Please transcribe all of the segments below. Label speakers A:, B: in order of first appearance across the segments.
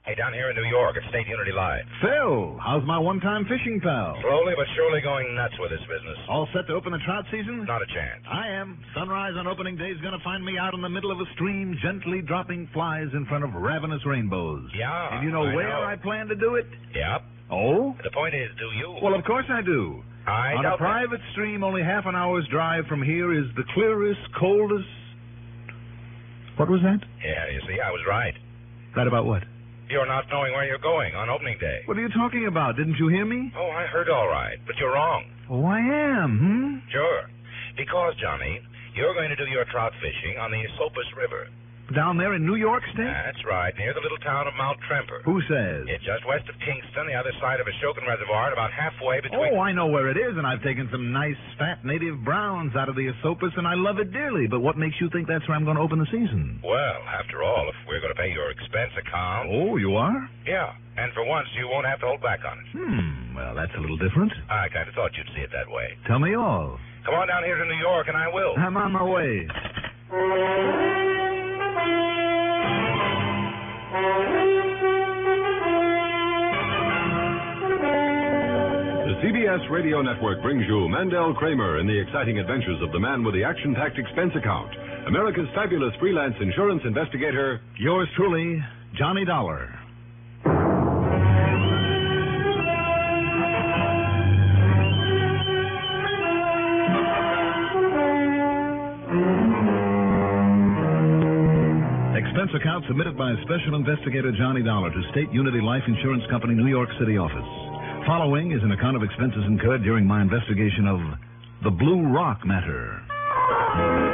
A: Hey, down here in New York, it's State Unity Live.
B: Phil, how's my one-time fishing pal?
A: Slowly but surely going nuts with this business.
B: All set to open the trout season?
A: Not a chance.
B: I am. Sunrise on opening day is going to find me out in the middle of a stream, gently dropping flies in front of ravenous rainbows.
A: Yeah,
B: And you know
A: I
B: where
A: know.
B: I plan to do it?
A: Yep.
B: Oh?
A: The point is, do you?
B: Well, of course I do.
A: I
B: on
A: doubt
B: a
A: it.
B: private stream only half an hour's drive from here is the clearest, coldest. What was that?
A: Yeah, you see, I was right.
B: That about what?
A: You're not knowing where you're going on opening day.
B: What are you talking about? Didn't you hear me?
A: Oh, I heard all right, but you're wrong.
B: Oh, I am.
A: Sure. Because, Johnny, you're going to do your trout fishing on the Esopus River.
B: Hmm? Down there in New York State?
A: That's right, near the little town of Mount Tremper.
B: Who says?
A: It's just west of Kingston, the other side of Ashokan Reservoir, and about halfway between.
B: Oh, I know where it is, and I've taken some nice, fat native browns out of the Esopus, and I love it dearly. But what makes you think that's where I'm going to open the season?
A: Well, after all, if we're going to pay your expense account.
B: Oh, you are?
A: Yeah, and for once, you won't have to hold back on it.
B: Hmm. Well, that's a little different.
A: I kind of thought you'd see it that way.
B: Tell me all.
A: Come on down here to New York, and I will.
B: I'm on my way.
C: The CBS Radio Network brings you Mandel Kramer in the exciting adventures of the man with the action-packed expense account, America's fabulous freelance insurance investigator.
B: Yours truly, Johnny Dollar. Expense account submitted by Special Investigator Johnny Dollar to State Unity Life Insurance Company, New York City office. Following is an account of expenses incurred during my investigation of the Blue Rock matter.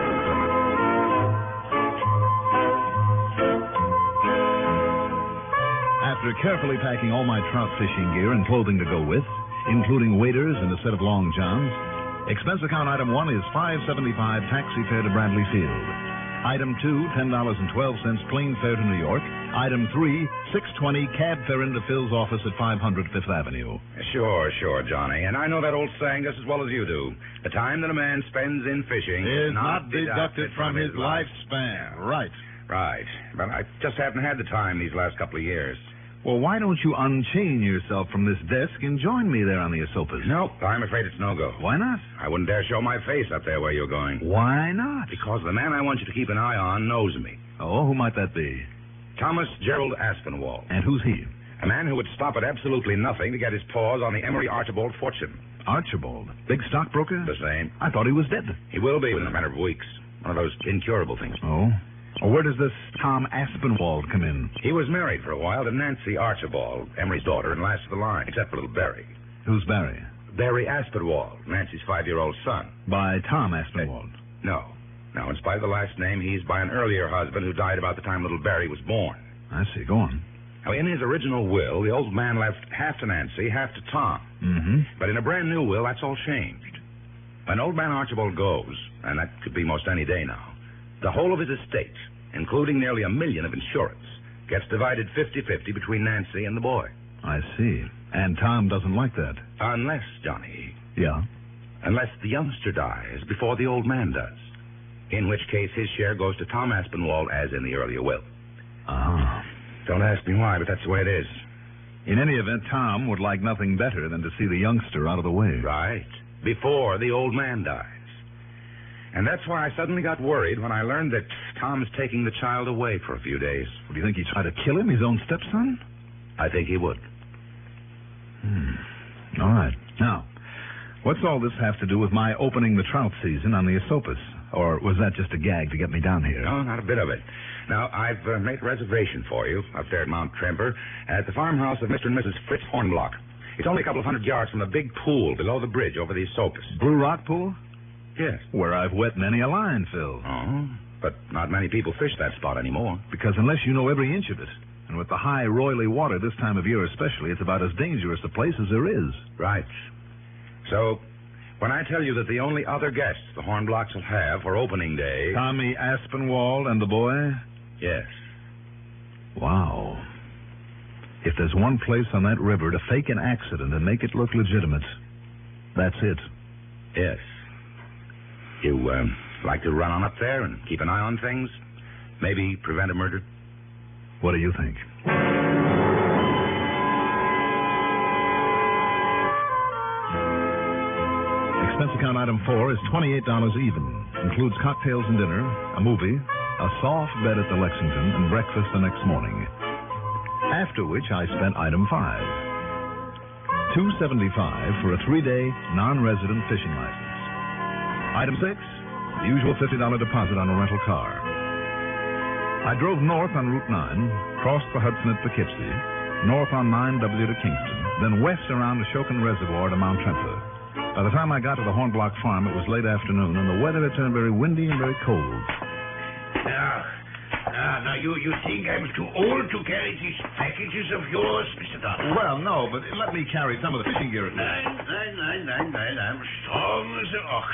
B: After carefully packing all my trout fishing gear and clothing to go with, including waders and a set of long johns, expense account item one is 575 taxi fare to Bradley Field. Item two, $10.12 plane fare to New York. Item three, 620 cab fare into Phil's office at 500 Fifth Avenue.
A: Sure, sure, Johnny. And I know that old saying just as well as you do. The time that a man spends in fishing
B: Is not deducted from his lifespan. Right.
A: Right. But I just haven't had the time these last couple of years.
B: Well, why don't you unchain yourself from this desk and join me there on the Esopus?
A: Nope. I'm afraid it's no go.
B: Why not?
A: I wouldn't dare show my face up there where you're going.
B: Why not?
A: Because the man I want you to keep an eye on knows me.
B: Oh, who might that be?
A: Thomas Gerald Aspinwall.
B: And who's he?
A: A man who would stop at absolutely nothing to get his paws on the Emery Archibald fortune.
B: Archibald, big stockbroker?
A: The same.
B: I thought he was dead.
A: He will be in a matter of weeks. One of those incurable things.
B: Oh? Well, where does this Tom Aspinwald come in?
A: He was married for a while to Nancy Archibald, Emery's daughter and last of the line, except for little Barry.
B: Who's Barry?
A: Barry Aspinwall, Nancy's five-year-old son.
B: By Tom Aspinwald.
A: No. No, in spite of the last name, he's by an earlier husband who died about the time little Barry was born.
B: I see. Go on.
A: Now, in his original will, the old man left half to Nancy, half to Tom.
B: Mm-hmm.
A: But in a brand new will, that's all changed. When old man Archibald goes, and that could be most any day now,
D: The whole of his estate, including nearly a million of insurance, gets divided 50 50 between Nancy and the boy.
A: I see. And Tom doesn't like that.
D: Uh, Unless, Johnny,
A: Yeah.
D: unless the youngster dies before the old man does. In which case, his share goes to Tom Aspinwall as in the earlier will.
A: Ah.
D: Don't ask me why, but that's the way it is.
A: In any event, Tom would like nothing better than to see the youngster out of the way.
D: Right. Before the old man dies. And that's why I suddenly got worried when I learned that Tom's taking the child away for a few days.
A: Do you think he tried to kill him, his own stepson?
D: I think he would.
A: All right. Now, what's all this have to do with my opening the trout season on the Esopus? Or was that just a gag to get me down here?
D: No, not a bit of it. Now, I've uh, made a reservation for you up there at Mount Tremper at the farmhouse of Mr. and Mrs. Fritz Hornblock. It's only a couple of hundred yards from the big pool below the bridge over the Esopus.
A: Blue Rock Pool?
D: Yes.
A: Where I've wet many a line, Phil.
D: Oh, but not many people fish that spot anymore.
A: Because unless you know every inch of it, and with the high roily water this time of year especially, it's about as dangerous a place as there is.
D: Right. So, when I tell you that the only other guests the Hornblocks will have for opening day.
A: Tommy Aspinwall and the boy?
D: Yes.
A: Wow. If there's one place on that river to fake an accident and make it look legitimate, that's it.
D: Yes. You um, like to run on up there and keep an eye on things? Maybe prevent a murder?
A: What do you think? Expense account item four is $28 even. Includes cocktails and dinner, a movie, a soft bed at the Lexington, and breakfast the next morning. After which I spent item five. 275 for a three-day non-resident fishing license. Item six, the usual $50 deposit on a rental car. I drove north on Route 9, crossed the Hudson at Poughkeepsie, north on 9W to Kingston, then west around Ashokan Reservoir to Mount Tremper. By the time I got to the Hornblock Farm, it was late afternoon, and the weather had turned very windy and very cold.
E: Now, now, Ah, now you, you think I'm too old to carry these packages of yours, Mr. Dunn?
A: Well, no, but let me carry some of the fishing gear at least.
E: Nine, nine, nine, nine, nine. I'm strong as an ox.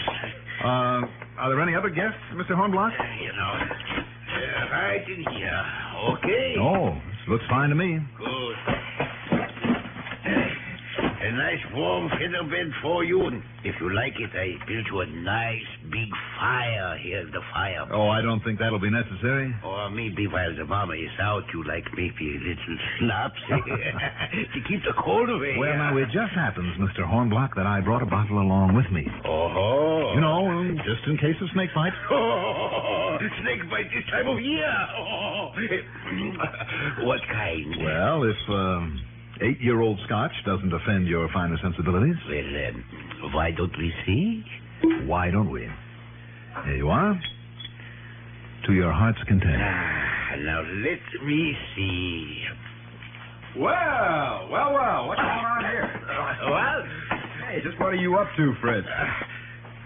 A: Uh, are there any other guests, Mr. Hornblock?
E: Eh, You know, uh, right in here. Okay?
A: No, Oh, this looks fine to me.
E: Good. Eh, A nice warm feather bed for you. If you like it, I built you a nice big fire here at the fire.
A: Oh, I don't think that'll be necessary.
E: Or maybe while the mama is out, you like maybe a little schnapps to keep the cold away.
A: Well, now, it just happens, Mr. Hornblock, that I brought a bottle along with me.
E: Oh.
A: You know, um, just in case of snake bite.
E: Oh, snake bite this time of year. Oh. what kind?
A: Well, if um, eight-year-old Scotch doesn't offend your finer sensibilities,
E: Well, um, why don't we see?
A: why don't we? Here you are. To your heart's content.
E: Ah, now let me see.
C: Well, well, well. What's going on
E: Uh, Well,
C: Hey, just what are you up to, Fred?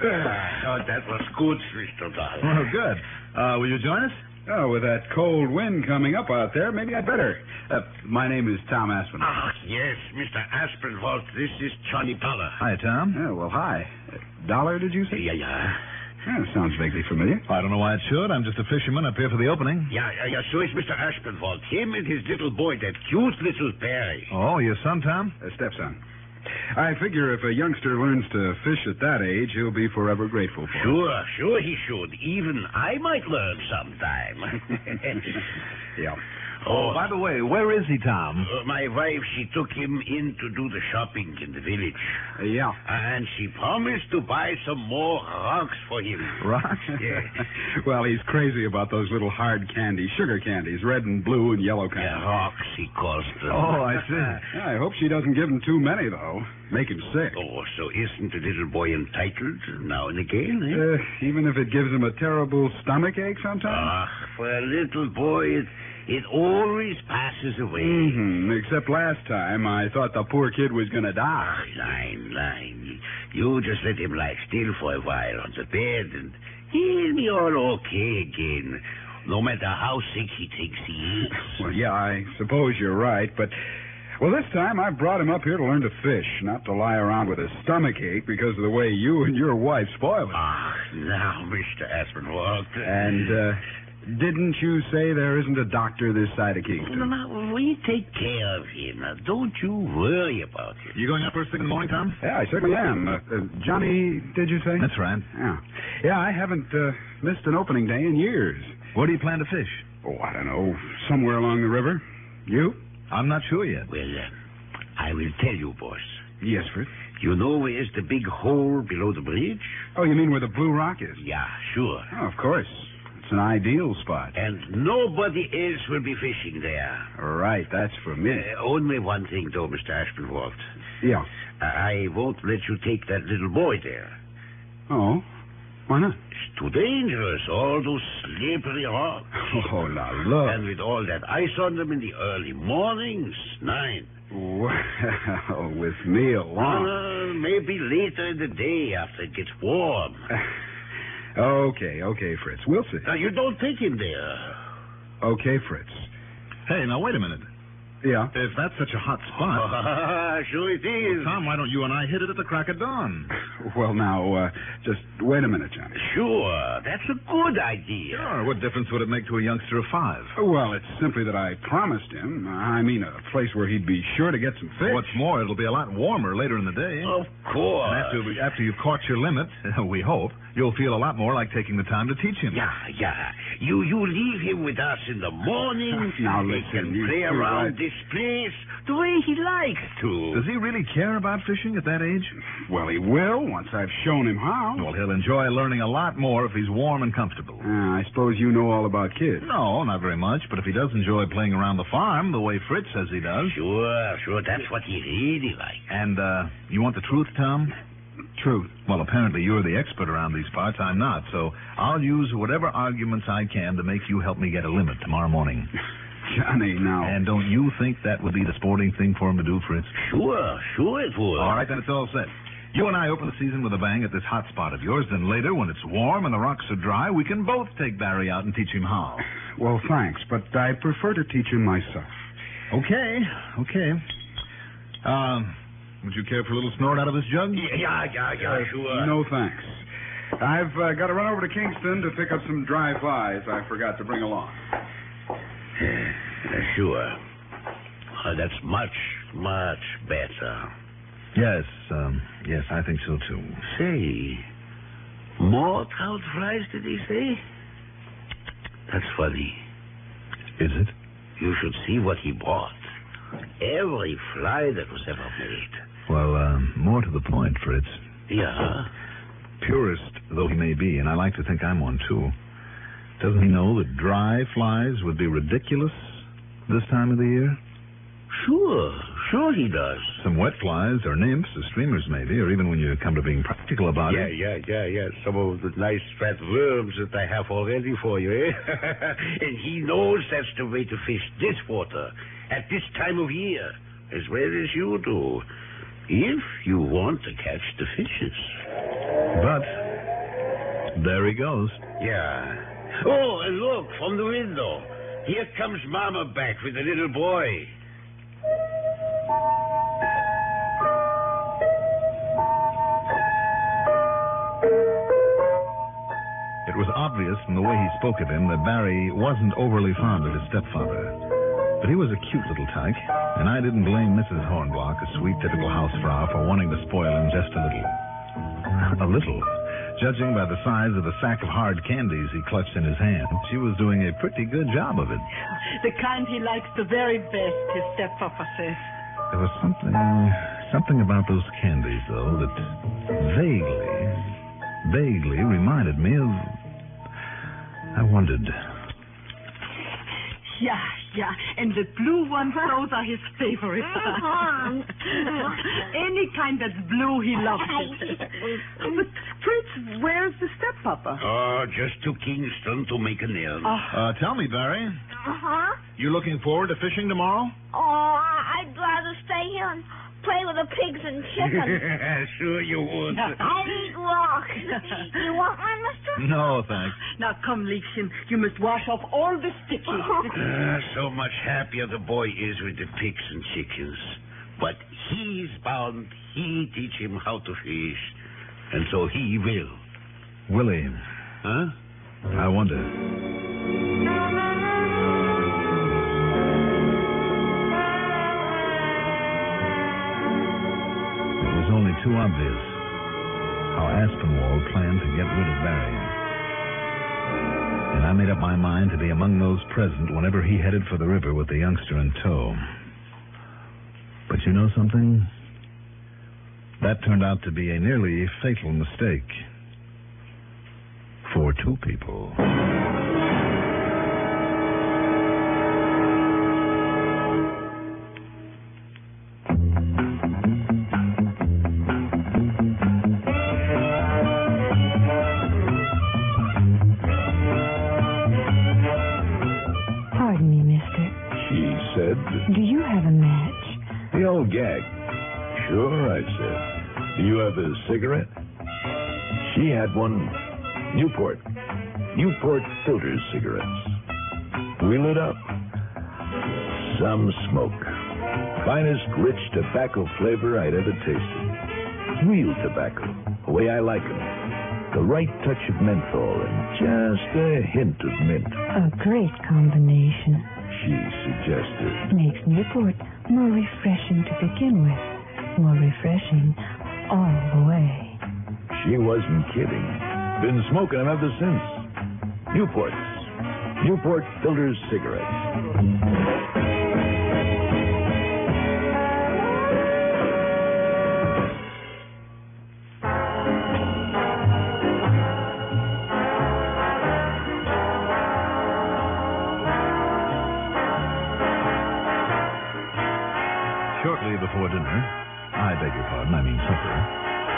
E: oh, that was good, Mr. Dahl.
A: Well, good. Uh, will you join us?
C: Oh, with that cold wind coming up out there, maybe I'd better. Uh, my name is Tom Aspinall.
E: Ah, yes, Mr. Aspinwalt, this is Johnny Dollar.
A: Hi, Tom.
C: Yeah, well, hi. Uh, Dollar, did you say?
E: Yeah, yeah.
C: Yeah, sounds vaguely familiar.
A: I don't know why it should. I'm just a fisherman up here for the opening.
E: Yeah, yeah, yeah, so is Mr. Aspinwalt. Him and his little boy, that cute little Barry.
A: Oh, your son, Tom?
C: A Uh, stepson. I figure if a youngster learns to fish at that age, he'll be forever grateful for it.
E: Sure, sure he should. Even I might learn sometime.
C: Yeah.
E: oh,
A: By the way, where is he, Tom?
E: uh, my wife, she took him in to do the shopping in the village.
C: Uh, yeah.
E: And she promised to buy some more rocks for him.
A: Rocks?
E: Yeah.
C: well, he's crazy about those little hard candies, sugar candies, red and blue and yellow kind.
E: Yeah,
B: Oh,
E: rocks, he calls them.
A: Oh, I see.
C: Yeah, I hope she doesn't give him too many, though. Make him sick.
E: Oh, so isn't the little boy entitled now and again, eh?
C: Uh, even if it gives him a terrible stomach ache
B: Uh,
C: sometimes?
E: Ah, for a little boy, it, it always passes away.
F: Mm-hmm.
C: hmm Except last time, I thought the poor kid was going to die.
E: Ah, Line, line. You just let him lie still for a while on the bed, and he'll be all okay again, no matter how sick he thinks he is.
C: Well, yeah, I suppose you're right, but
F: Well, this time I brought him up here to learn to fish, not to lie around with a stomach ache because of the way you and your wife spoil it.
A: Ah, now, Mr. Aspenwalk.
F: And uh, didn't you say there isn't a doctor this side of Kingston?
A: No, no, we take care of him. Now, don't you worry about it.
B: You going up first thing in the morning, Tom?
F: Yeah, I certainly am. Uh, uh, Johnny, did you say?
B: That's right.
F: Yeah. Yeah, I haven't uh, missed an opening day in years.
B: Where do you plan to fish?
F: Oh, I don't know. Somewhere along the river. You?
B: I'm not sure yet.
A: Well, uh, I will tell you, boss.
F: Yes, Fritz.
A: You know where's the big hole below the bridge?
F: Oh, you mean where the Blue Rock is?
A: Yeah, sure.
F: Oh, of course. It's an ideal spot.
A: And nobody else will be fishing there.
F: Right, that's for me.
A: Uh, only one thing, though, Mr. Ashmanwald.
F: Yeah.
A: I I won't let you take that little boy there.
F: Oh, why not?
A: It's too dangerous. All those slippery rocks.
F: Oh, now look.
A: And with all that ice on them in the early mornings, nine.
F: Well, with me along.
A: Well, uh, maybe later in the day after it gets warm.
F: Okay, okay, Fritz. We'll see.
A: Now, you don't take him there.
F: Okay, Fritz.
B: Hey, now wait a minute.
F: Yeah.
B: If that's such a hot spot,
A: Ah, sure it is.
B: Tom, why don't you and I hit it at the crack of dawn?
F: Well, now, uh, just wait a minute, Johnny.
A: Sure, that's a good idea.
B: Sure. What difference would it make to a youngster of five?
F: Well, it's simply that I promised him. I mean, a place where he'd be sure to get some fish.
B: What's more, it'll be a lot warmer later in the day.
A: Of course.
B: And after, we- after you've caught your limit, we hope, you'll feel a lot more like taking the time to teach him.
A: Yeah, yeah. You you leave him with us in the morning.
F: Now,
A: He
F: listen,
A: can
F: you
A: play
F: two,
A: around
F: I-
A: this place the way he likes to.
B: Does he really care about fishing at that age?
F: Well, he will once I've shown him how.
B: Well, he'll enjoy learning a lot more if he's warm and comfortable.
F: Ah, I suppose you know all about kids.
B: No, not very much, but if he does enjoy playing around the farm the way Fritz says he does.
A: Sure, sure. That's what he really likes.
B: And, uh, you want the truth, Tom?
F: Truth.
B: Well, apparently you're the expert around these parts. I'm not, so I'll use whatever arguments I can to make you help me get a limit tomorrow morning.
F: Johnny, now.
B: And don't you think that would be the sporting thing for him to do, Fritz?
A: Sure, sure it would.
B: All right, then it's all set. You and I open the season with a bang at this hot spot of yours. Then later, when it's warm and the rocks are dry, we can both take Barry out and teach him how.
F: Well, thanks, but I prefer to teach him myself.
B: Okay, okay. Um, would you care for a little snort out of this jug?
A: Yeah, yeah, yeah, sure.
F: Uh, No thanks. I've uh, got to run over to Kingston to pick up some dry flies I forgot to bring along.
A: Uh, sure. Uh, that's much, much better.
B: Yes, um, yes, I think so too.
A: Say, more trout fries, did he say? That's funny.
B: Is it?
A: You should see what he bought. Every fly that was ever made.
B: Well, um, more to the point, Fritz.
A: Yeah.
B: Purist though he may be, and I like to think I'm one too, doesn't he know that dry flies would be ridiculous this time of the year?
A: Sure, sure he does.
B: Some wet flies, or nymphs, or streamers maybe, or even when you come to being practical about
A: Yeah,
B: it.
A: yeah, yeah, yeah. Some of the nice fat worms that I have already for you, eh? and he knows that's the way to fish this water at this time of year, as well as you do, if you want to catch the fishes.
B: But there he goes.
A: Yeah. Oh, and look from the window. Here comes Mama back with the little boy.
B: It was obvious from the way he spoke of him that Barry wasn't overly fond of his stepfather. But he was a cute little tyke, and I didn't blame Mrs. Hornblock, a sweet, typical housefrau, for wanting to spoil him just a little. a little. Judging by the size of the sack of hard candies he clutched in his hand, she was doing a pretty good job of it.
G: The kind he likes the very best, his stepfather says.
B: There was something, something about those candies, though, that vaguely, vaguely reminded me of. I wondered.
G: Yeah, yeah. And the blue ones, those are his favorite.
H: Mhm.
G: Any kind that's blue, he loves it. but Fritz, where's the stepfather?
A: Oh, just to Kingston to make a nail.
B: Uh, tell me, Barry,
H: Uh-huh.
B: you looking forward to fishing tomorrow?
H: Oh, I- I'd rather stay stay here and play with the pigs and chickens.
E: sure you would.
H: I eat rock. you want one, mister?
B: Oh,
A: No, thanks.
I: Now come, Leachin. You must wash off all the sticky.
E: Ah, so much happier the boy is with the pigs and chickens. But he's bound. He teach him how to fish. And so he will.
A: Willie,
E: Huh?
A: I wonder. It was only too obvious how Aspinwall planned to get rid of Barry. And I made up my mind to be among those present whenever he headed for the river with the youngster in tow. But you know something? That turned out to be a nearly fatal mistake. For two people.
J: Pardon me, mister.
K: She said,
J: Do you have a match?
K: The old gag. Sure, I said. Do you have a cigarette? She had one Newport. Newport filter cigarettes. We lit up. Some smoke. Finest rich tobacco flavor I'd ever tasted. Real tobacco, the way I like 'em. The right touch of menthol and just a hint of mint,
J: A great combination.
K: she suggested.
J: Makes Newport more refreshing to begin with. More refreshing all the way.
K: She wasn't kidding. Been smoking them ever since. Newports. Newport filters cigarettes.
A: Shortly before dinner, I beg your pardon, I mean supper,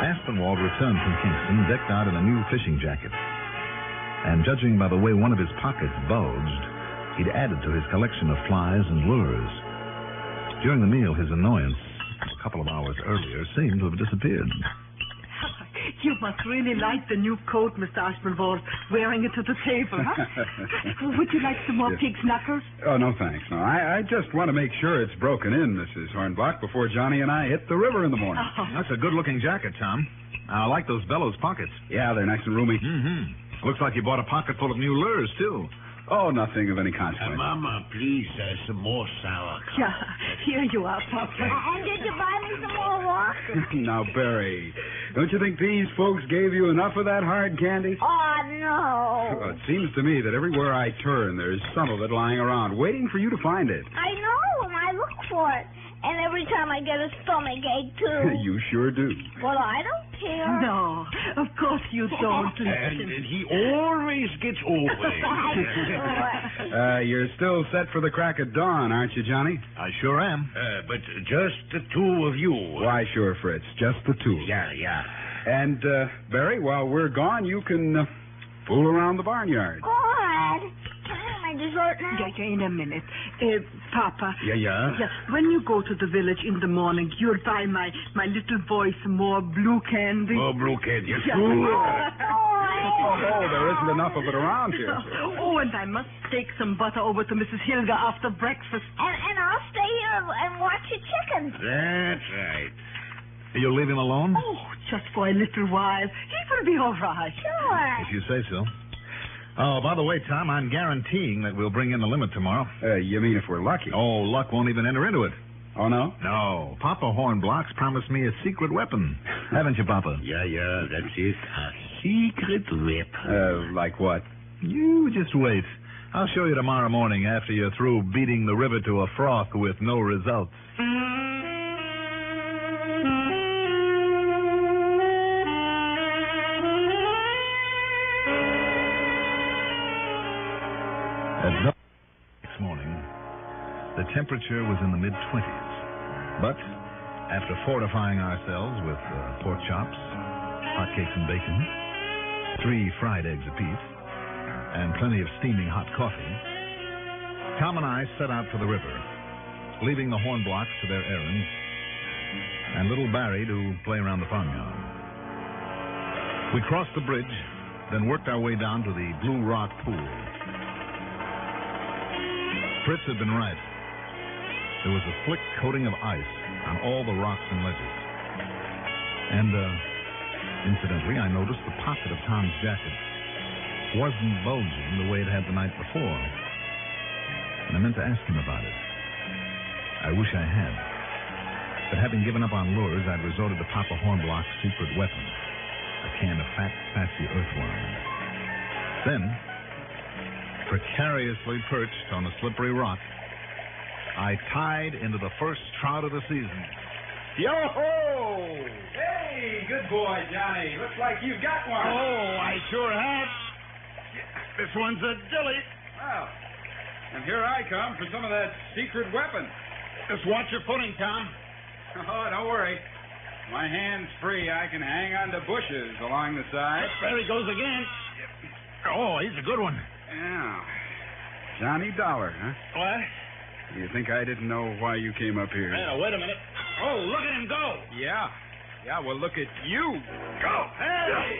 A: Aspinwall returned from Kingston decked out in a new fishing jacket. And judging by the way one of his pockets bulged, he'd added to his collection of flies and lures. During the meal, his annoyance, a couple of hours earlier, seemed to have disappeared.
I: You must really like the new coat, Mr. Aspinwall, wearing it to the table, huh? Would you like some more pig's knuckles?
L: Oh, no, thanks. No, I, I just want to make sure it's broken in, Mrs. Hornbach, before Johnny and I hit the river in the
E: Oh.
L: morning.
A: That's a good looking jacket, Tom. I like those bellows pockets.
L: Yeah, they're nice and roomy.
A: Mm-hmm. Looks like you bought a pocket full of new lures, too.
L: Oh, nothing of any consequence.
E: Uh, Mama, please, uh, some more sour.
I: Yeah, here you are, Papa.
H: And did you buy me some more rock?
L: now, Barry, don't you think these folks gave you enough of that hard candy?
H: Oh, no.
L: Well, it seems to me that everywhere I turn, there's some of it lying around, waiting for you to find it.
H: I know, and I look for it. And every time I get a stomach ache, too.
L: you sure do.
H: Well, I don't care.
I: No, of course you don't.
E: And, and he always gets over it.
L: Uh, you're still set for the crack of dawn, aren't you, Johnny?
A: I sure am.
E: Uh, but just the two of you.
L: Why, sure, Fritz. Just the two.
E: Yeah, yeah.
L: And, uh, Barry, while we're gone, you can uh, fool around the barnyard.
H: God. Can I have my dessert now?
I: Yeah, yeah, in a minute. Uh, Papa.
L: Yeah, yeah.
I: Yeah, when you go to the village in the morning, you'll buy my, my little boy some more blue candy.
E: Oh, Blue Kid, you
I: Yeah.
E: fool.
L: Oh, there isn't enough of it around here.
I: Oh, and I must take some butter over to Mrs. Hilda after breakfast.
H: And, and I'll stay here and- and watch your chickens.
E: That's right.
A: You'll leave him alone?
I: Oh, just for a little while. He will be all right.
H: Sure.
A: If you say so. Oh, by the way, Tom, I'm guaranteeing that we'll bring in the limit tomorrow.
L: Uh, you mean if we're lucky?
A: Oh, luck won't even enter into it.
L: Oh, no?
A: No. Papa Hornblocks promised me a secret weapon. Haven't you, Papa?
E: Yeah, yeah, that's it. A secret weapon.
L: Uh, like what?
A: You just wait. I'll show you tomorrow morning after you're through beating the river to a froth with no results. At dawn next morning, the temperature was in the mid 20s. But after fortifying ourselves with uh, pork chops, hotcakes and bacon, three fried eggs apiece, and plenty of steaming hot coffee, Tom and I set out for the river, leaving the hornblocks to their errands
B: and little Barry to play around the farmyard. We crossed the bridge, then worked our way down to the Blue Rock Pool. Fritz had been right. There was a slick coating of ice on all the rocks and ledges. And, uh, incidentally, I noticed the pocket of Tom's jacket wasn't bulging the way it had the night before. And I meant to ask him about it. I wish I had. But having given up on lures, I'd resorted to Papa Hornblock's secret weapon a can of fat, fatty earthworm. Then, precariously perched on a slippery rock, I tied into the first trout of the season.
M: Yo ho! Hey, good boy, Johnny. Looks like you got one.
N: Oh, I sure have. This one's a dilly.
M: Wow. And here I come for some of that secret weapon.
N: Just watch your footing, Tom.
M: Oh, don't worry. My hand's free. I can hang on to bushes along the side.
N: There he goes again. Oh, he's a good one.
M: Yeah. Johnny Dollar, huh?
N: What?
A: You think I didn't know why you came up here?
N: Now, wait a minute. Oh, look at him go.
M: Yeah. Yeah, well, look at you.
N: Go.
M: Hey!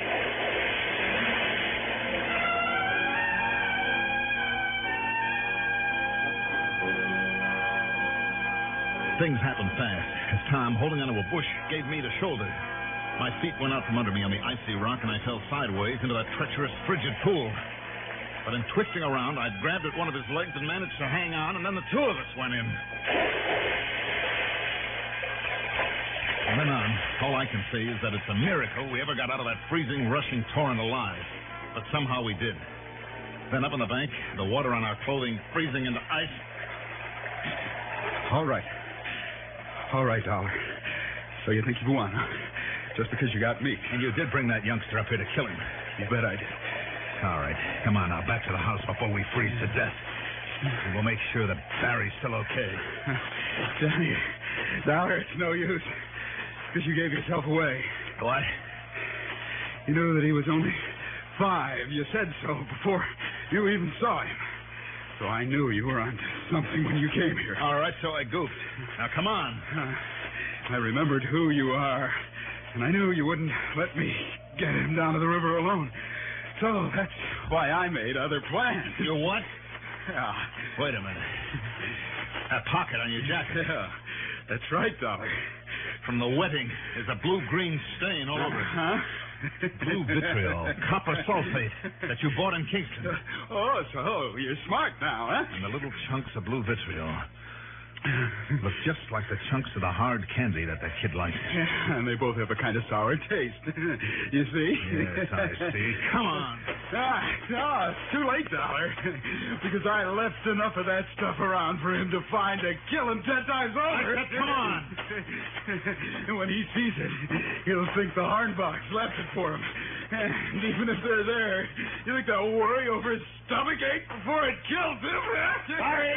B: Things happened fast as Tom, holding onto a bush, gave me the shoulder. My feet went out from under me on the icy rock, and I fell sideways into that treacherous, frigid pool. But in twisting around, I grabbed at one of his legs and managed to hang on, and then the two of us went in. From then on, all I can say is that it's a miracle we ever got out of that freezing, rushing torrent alive. But somehow we did. Then up on the bank, the water on our clothing freezing into ice.
A: All right. All right, Dollar. So you think you won, huh? Just because you got me.
B: And you did bring that youngster up here to kill him.
A: You bet I did.
B: All right. Come on now, back to the house before we freeze to death. And we'll make sure that Barry's still okay.
A: Johnny, Dollar, it's no use. Because you gave yourself away.
B: What?
A: You knew that he was only five. You said so before you even saw him. So I knew you were onto something when you came here.
B: All right, so I goofed. Now come on.
A: Uh, I remembered who you are, and I knew you wouldn't let me get him down to the river alone. So that's why I made other plans.
B: You what?
A: Yeah.
B: Wait a minute. That pocket on your jacket.
A: Yeah. That's right, Dollar.
B: From the wetting, there's a blue-green stain all over it.
A: Huh?
B: Blue vitriol, copper sulfate that you bought in Kingston.
A: Oh, so you're smart now, huh?
B: And the little chunks of blue vitriol look just like the chunks of the hard candy that that kid likes.
A: Yeah, and they both have a kind of sour taste. you see?
B: Yes, I see. Come on.
A: Ah, no, it's too late, Dollar. because I left enough of that stuff around for him to find and kill him ten times over.
B: Right, come on.
A: and when he sees it, he'll think the Hornbox left it for him. And even if they're there, you think they'll worry over his stomach ache before it kills him?
N: Sorry.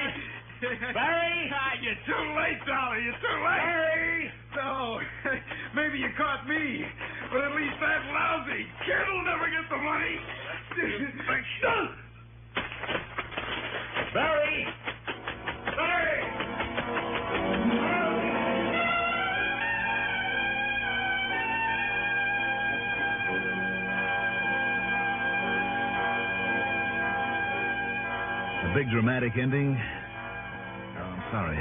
N: Barry!
A: Ah, you're too late, Dolly. You're too late.
N: Barry!
A: No. Maybe you caught me. But at least that lousy kid will never get the money.
N: Barry! Barry!
B: A big dramatic ending Oh, sorry.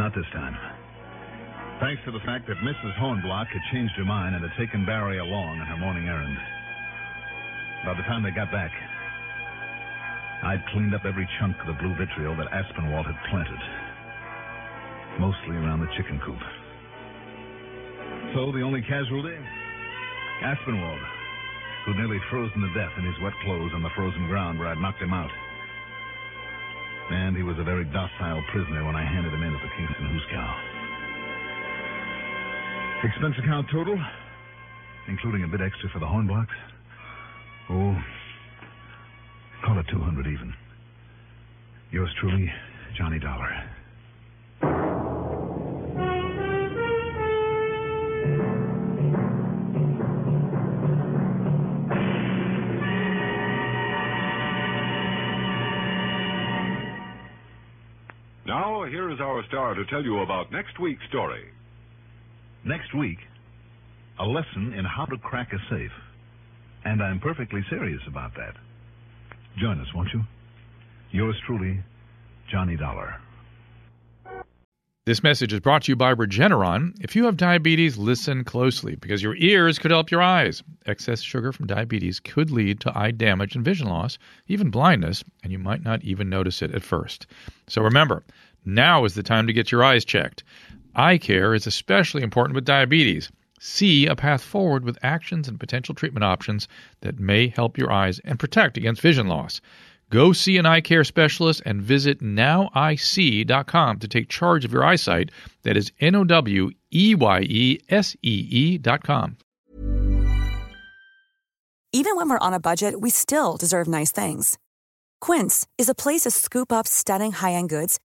B: Not this time. Thanks to the fact that Mrs. Hornblock had changed her mind and had taken Barry along on her morning errand. By the time they got back, I'd cleaned up every chunk of the blue vitriol that Aspinwall had planted, mostly around the chicken coop. So the only casualty? Aspinwall, who'd nearly frozen to death in his wet clothes on the frozen ground where I'd knocked him out. And he was a very docile prisoner when I handed him in at the Kingston Hooskow. Expense account total, including a bit extra for the hornblocks. Oh, call it 200 even. Yours truly, Johnny Dollar.
O: Now, here is our star to tell you about next week's story.
A: Next week, a lesson in how to crack a safe. And I'm perfectly serious about that. Join us, won't you? Yours truly, Johnny Dollar.
B: This message is brought to you by Regeneron. If you have diabetes, listen closely because your ears could help your eyes. Excess sugar from diabetes could lead to eye damage and vision loss, even blindness, and you might not even notice it at first. So remember, now is the time to get your eyes checked. Eye care is especially important with diabetes. See a path forward with actions and potential treatment options that may help your eyes and protect against vision loss. Go see an eye care specialist and visit nowic.com to take charge of your eyesight. That is N O W E Y E S E E dot com.
P: Even when we're on a budget, we still deserve nice things. Quince is a place to scoop up stunning high end goods